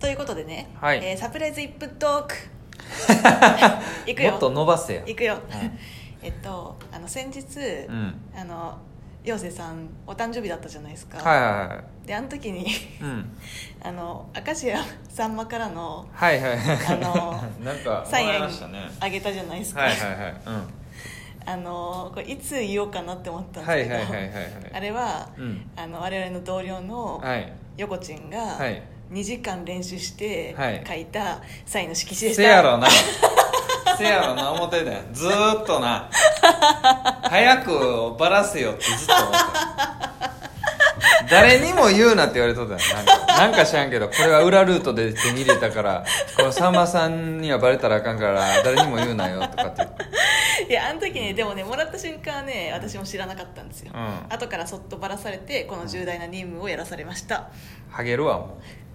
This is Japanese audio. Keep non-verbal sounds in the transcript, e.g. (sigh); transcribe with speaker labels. Speaker 1: ということでね、
Speaker 2: はい
Speaker 1: えーサプライズイップトー
Speaker 2: (laughs)
Speaker 1: クいくよ
Speaker 2: もっと伸ばせや
Speaker 1: いくよ、
Speaker 2: はい
Speaker 1: (laughs) えっとあの先日、
Speaker 2: うん
Speaker 1: あの陽瀬さんお誕生日だったじゃないですか、
Speaker 2: はいはいは
Speaker 1: であの時に (laughs)
Speaker 2: いうん
Speaker 1: あの明石家さんまからの
Speaker 2: はいはい
Speaker 1: あの
Speaker 2: (laughs) なんか
Speaker 1: サイ
Speaker 2: もらい
Speaker 1: ン
Speaker 2: ましたね
Speaker 1: あげたじゃないですか、
Speaker 2: はいはいはいうん
Speaker 1: あのこれいつ言おうかなって思ったん
Speaker 2: はい
Speaker 1: で
Speaker 2: はい
Speaker 1: すけど、
Speaker 2: はいはい
Speaker 1: あ
Speaker 2: はい
Speaker 1: れは、
Speaker 2: うん
Speaker 1: あの我々の同僚の
Speaker 2: はい
Speaker 1: 横ちんが、
Speaker 2: はい
Speaker 1: 2時間練習して
Speaker 2: はい
Speaker 1: 書いたサインの色紙でした、
Speaker 2: せやろなせやろな思ってたよずーっとな早くバラせよってずっと思ってた誰にも言うなって言われとったよなんかなんか知らんけどこれは裏ルートで手に入れたからこのさんまさんにはバレたらあかんから誰にも言うなよとかって言って
Speaker 1: いやあの時ねでもねもらった瞬間はね私も知らなかったんですよ、
Speaker 2: うん
Speaker 1: 後からそっとばらされてこの重大な任務をやらされました
Speaker 2: ハゲるわもう